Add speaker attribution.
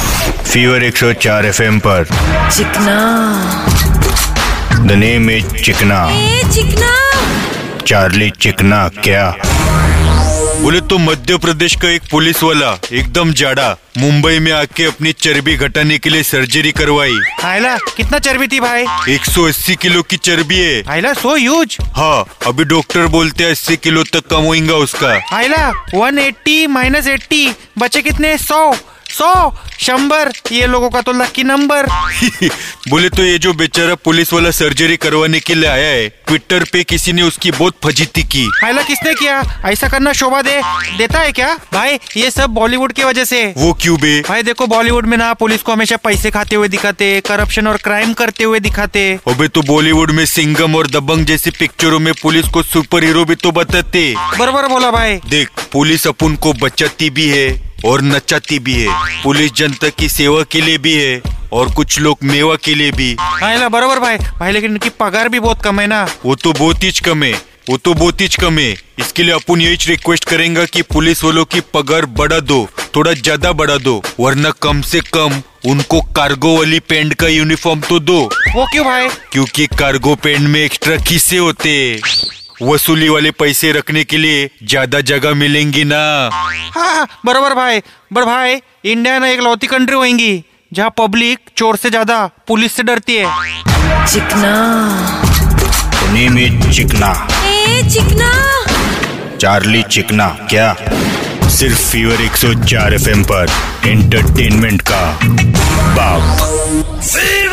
Speaker 1: Fever 104 FM पर
Speaker 2: चिकना
Speaker 1: the name is चिकना
Speaker 2: ए चिकना
Speaker 1: चार्ली चिकना क्या
Speaker 3: बोले तो मध्य प्रदेश का एक पुलिस वाला एकदम जाड़ा मुंबई में आके अपनी चर्बी घटाने के लिए सर्जरी करवाई
Speaker 4: आयला कितना चर्बी थी भाई
Speaker 3: 180 किलो की चर्बी है
Speaker 4: आयला सो ह्यूज
Speaker 3: हाँ अभी डॉक्टर बोलते हैं अस्सी किलो तक कम होगा उसका
Speaker 4: आयला 180 एट्टी माइनस एट्टी बचे कितने सौ सौ शंबर ये लोगों का तो लकी नंबर
Speaker 3: बोले तो ये जो बेचारा पुलिस वाला सर्जरी करवाने के लिए आया है ट्विटर पे किसी ने उसकी बहुत फजीती की
Speaker 4: आयला किसने किया ऐसा करना शोभा दे देता है क्या भाई ये सब बॉलीवुड की वजह से
Speaker 3: वो क्यों बे
Speaker 4: भाई देखो बॉलीवुड में ना पुलिस को हमेशा पैसे खाते हुए दिखाते करप्शन और क्राइम करते हुए दिखाते
Speaker 3: अबे तो बॉलीवुड में सिंगम और दबंग जैसी पिक्चरों में पुलिस को सुपर हीरो भी तो बताते
Speaker 4: बरोबर बोला भाई
Speaker 3: देख पुलिस अपन को बचाती भी है और नचाती भी है पुलिस जनता की सेवा के लिए भी है और कुछ लोग मेवा के लिए भी
Speaker 4: आयला बरोबर भाई भाई लेकिन इनकी पगार भी बहुत कम है ना
Speaker 3: वो तो बहुत ही कम है वो तो बहुत ही कम है इसके लिए अपन यही रिक्वेस्ट करेंगे कि पुलिस वालों की पगार बढ़ा दो थोड़ा ज्यादा बढ़ा दो वरना कम से कम उनको कार्गो वाली पैंट का यूनिफॉर्म तो दो
Speaker 4: वो क्यों भाई
Speaker 3: क्योंकि कार्गो पैंट में एक्स्ट्रा खीसे होते हैं। वसूली वाले पैसे रखने के लिए ज्यादा जगह मिलेंगी ना
Speaker 4: हाँ बरोबर भाई बर भाई इंडिया ना एक लौती कंट्री होगी जहाँ पब्लिक चोर से ज्यादा पुलिस से डरती है
Speaker 2: चिकना
Speaker 1: द नेम इज चिकना
Speaker 2: ए चिकना
Speaker 1: चार्ली चिकना क्या सिर्फ फीवर 104 एफएम पर एंटरटेनमेंट का बाप